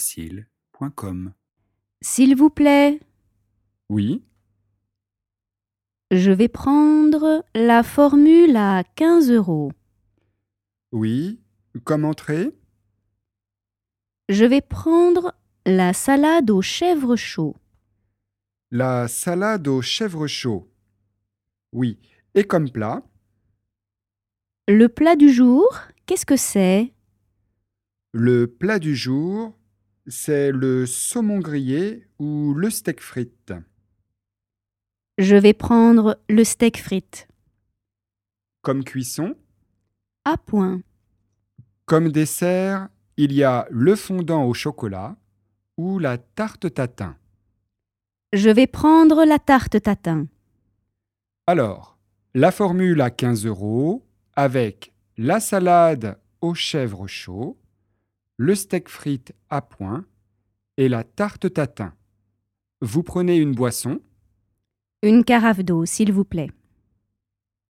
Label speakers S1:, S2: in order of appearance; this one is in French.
S1: podcastfrancaisfacile.com.
S2: S'il vous plaît,
S3: Oui,
S2: je vais prendre la formule à 15 euros.
S3: oui. Comme entrée
S2: Je vais prendre la salade au chèvre chaud.
S3: La salade au chèvre chaud. Oui. Et comme plat
S2: Le plat du jour, qu'est-ce que c'est
S3: Le plat du jour, c'est le saumon grillé ou le steak frites.
S2: Je vais prendre le steak frites.
S3: Comme cuisson,
S2: À point.
S3: comme dessert, il y a le fondant au chocolat ou la tarte tatin.
S2: Je vais prendre la tarte tatin.
S3: Alors, la formule à 15 euros avec la salade au chèvre chaud, le steak frites à point et la tarte tatin. Vous prenez une boisson
S2: Une carafe d'eau, s'il vous plaît.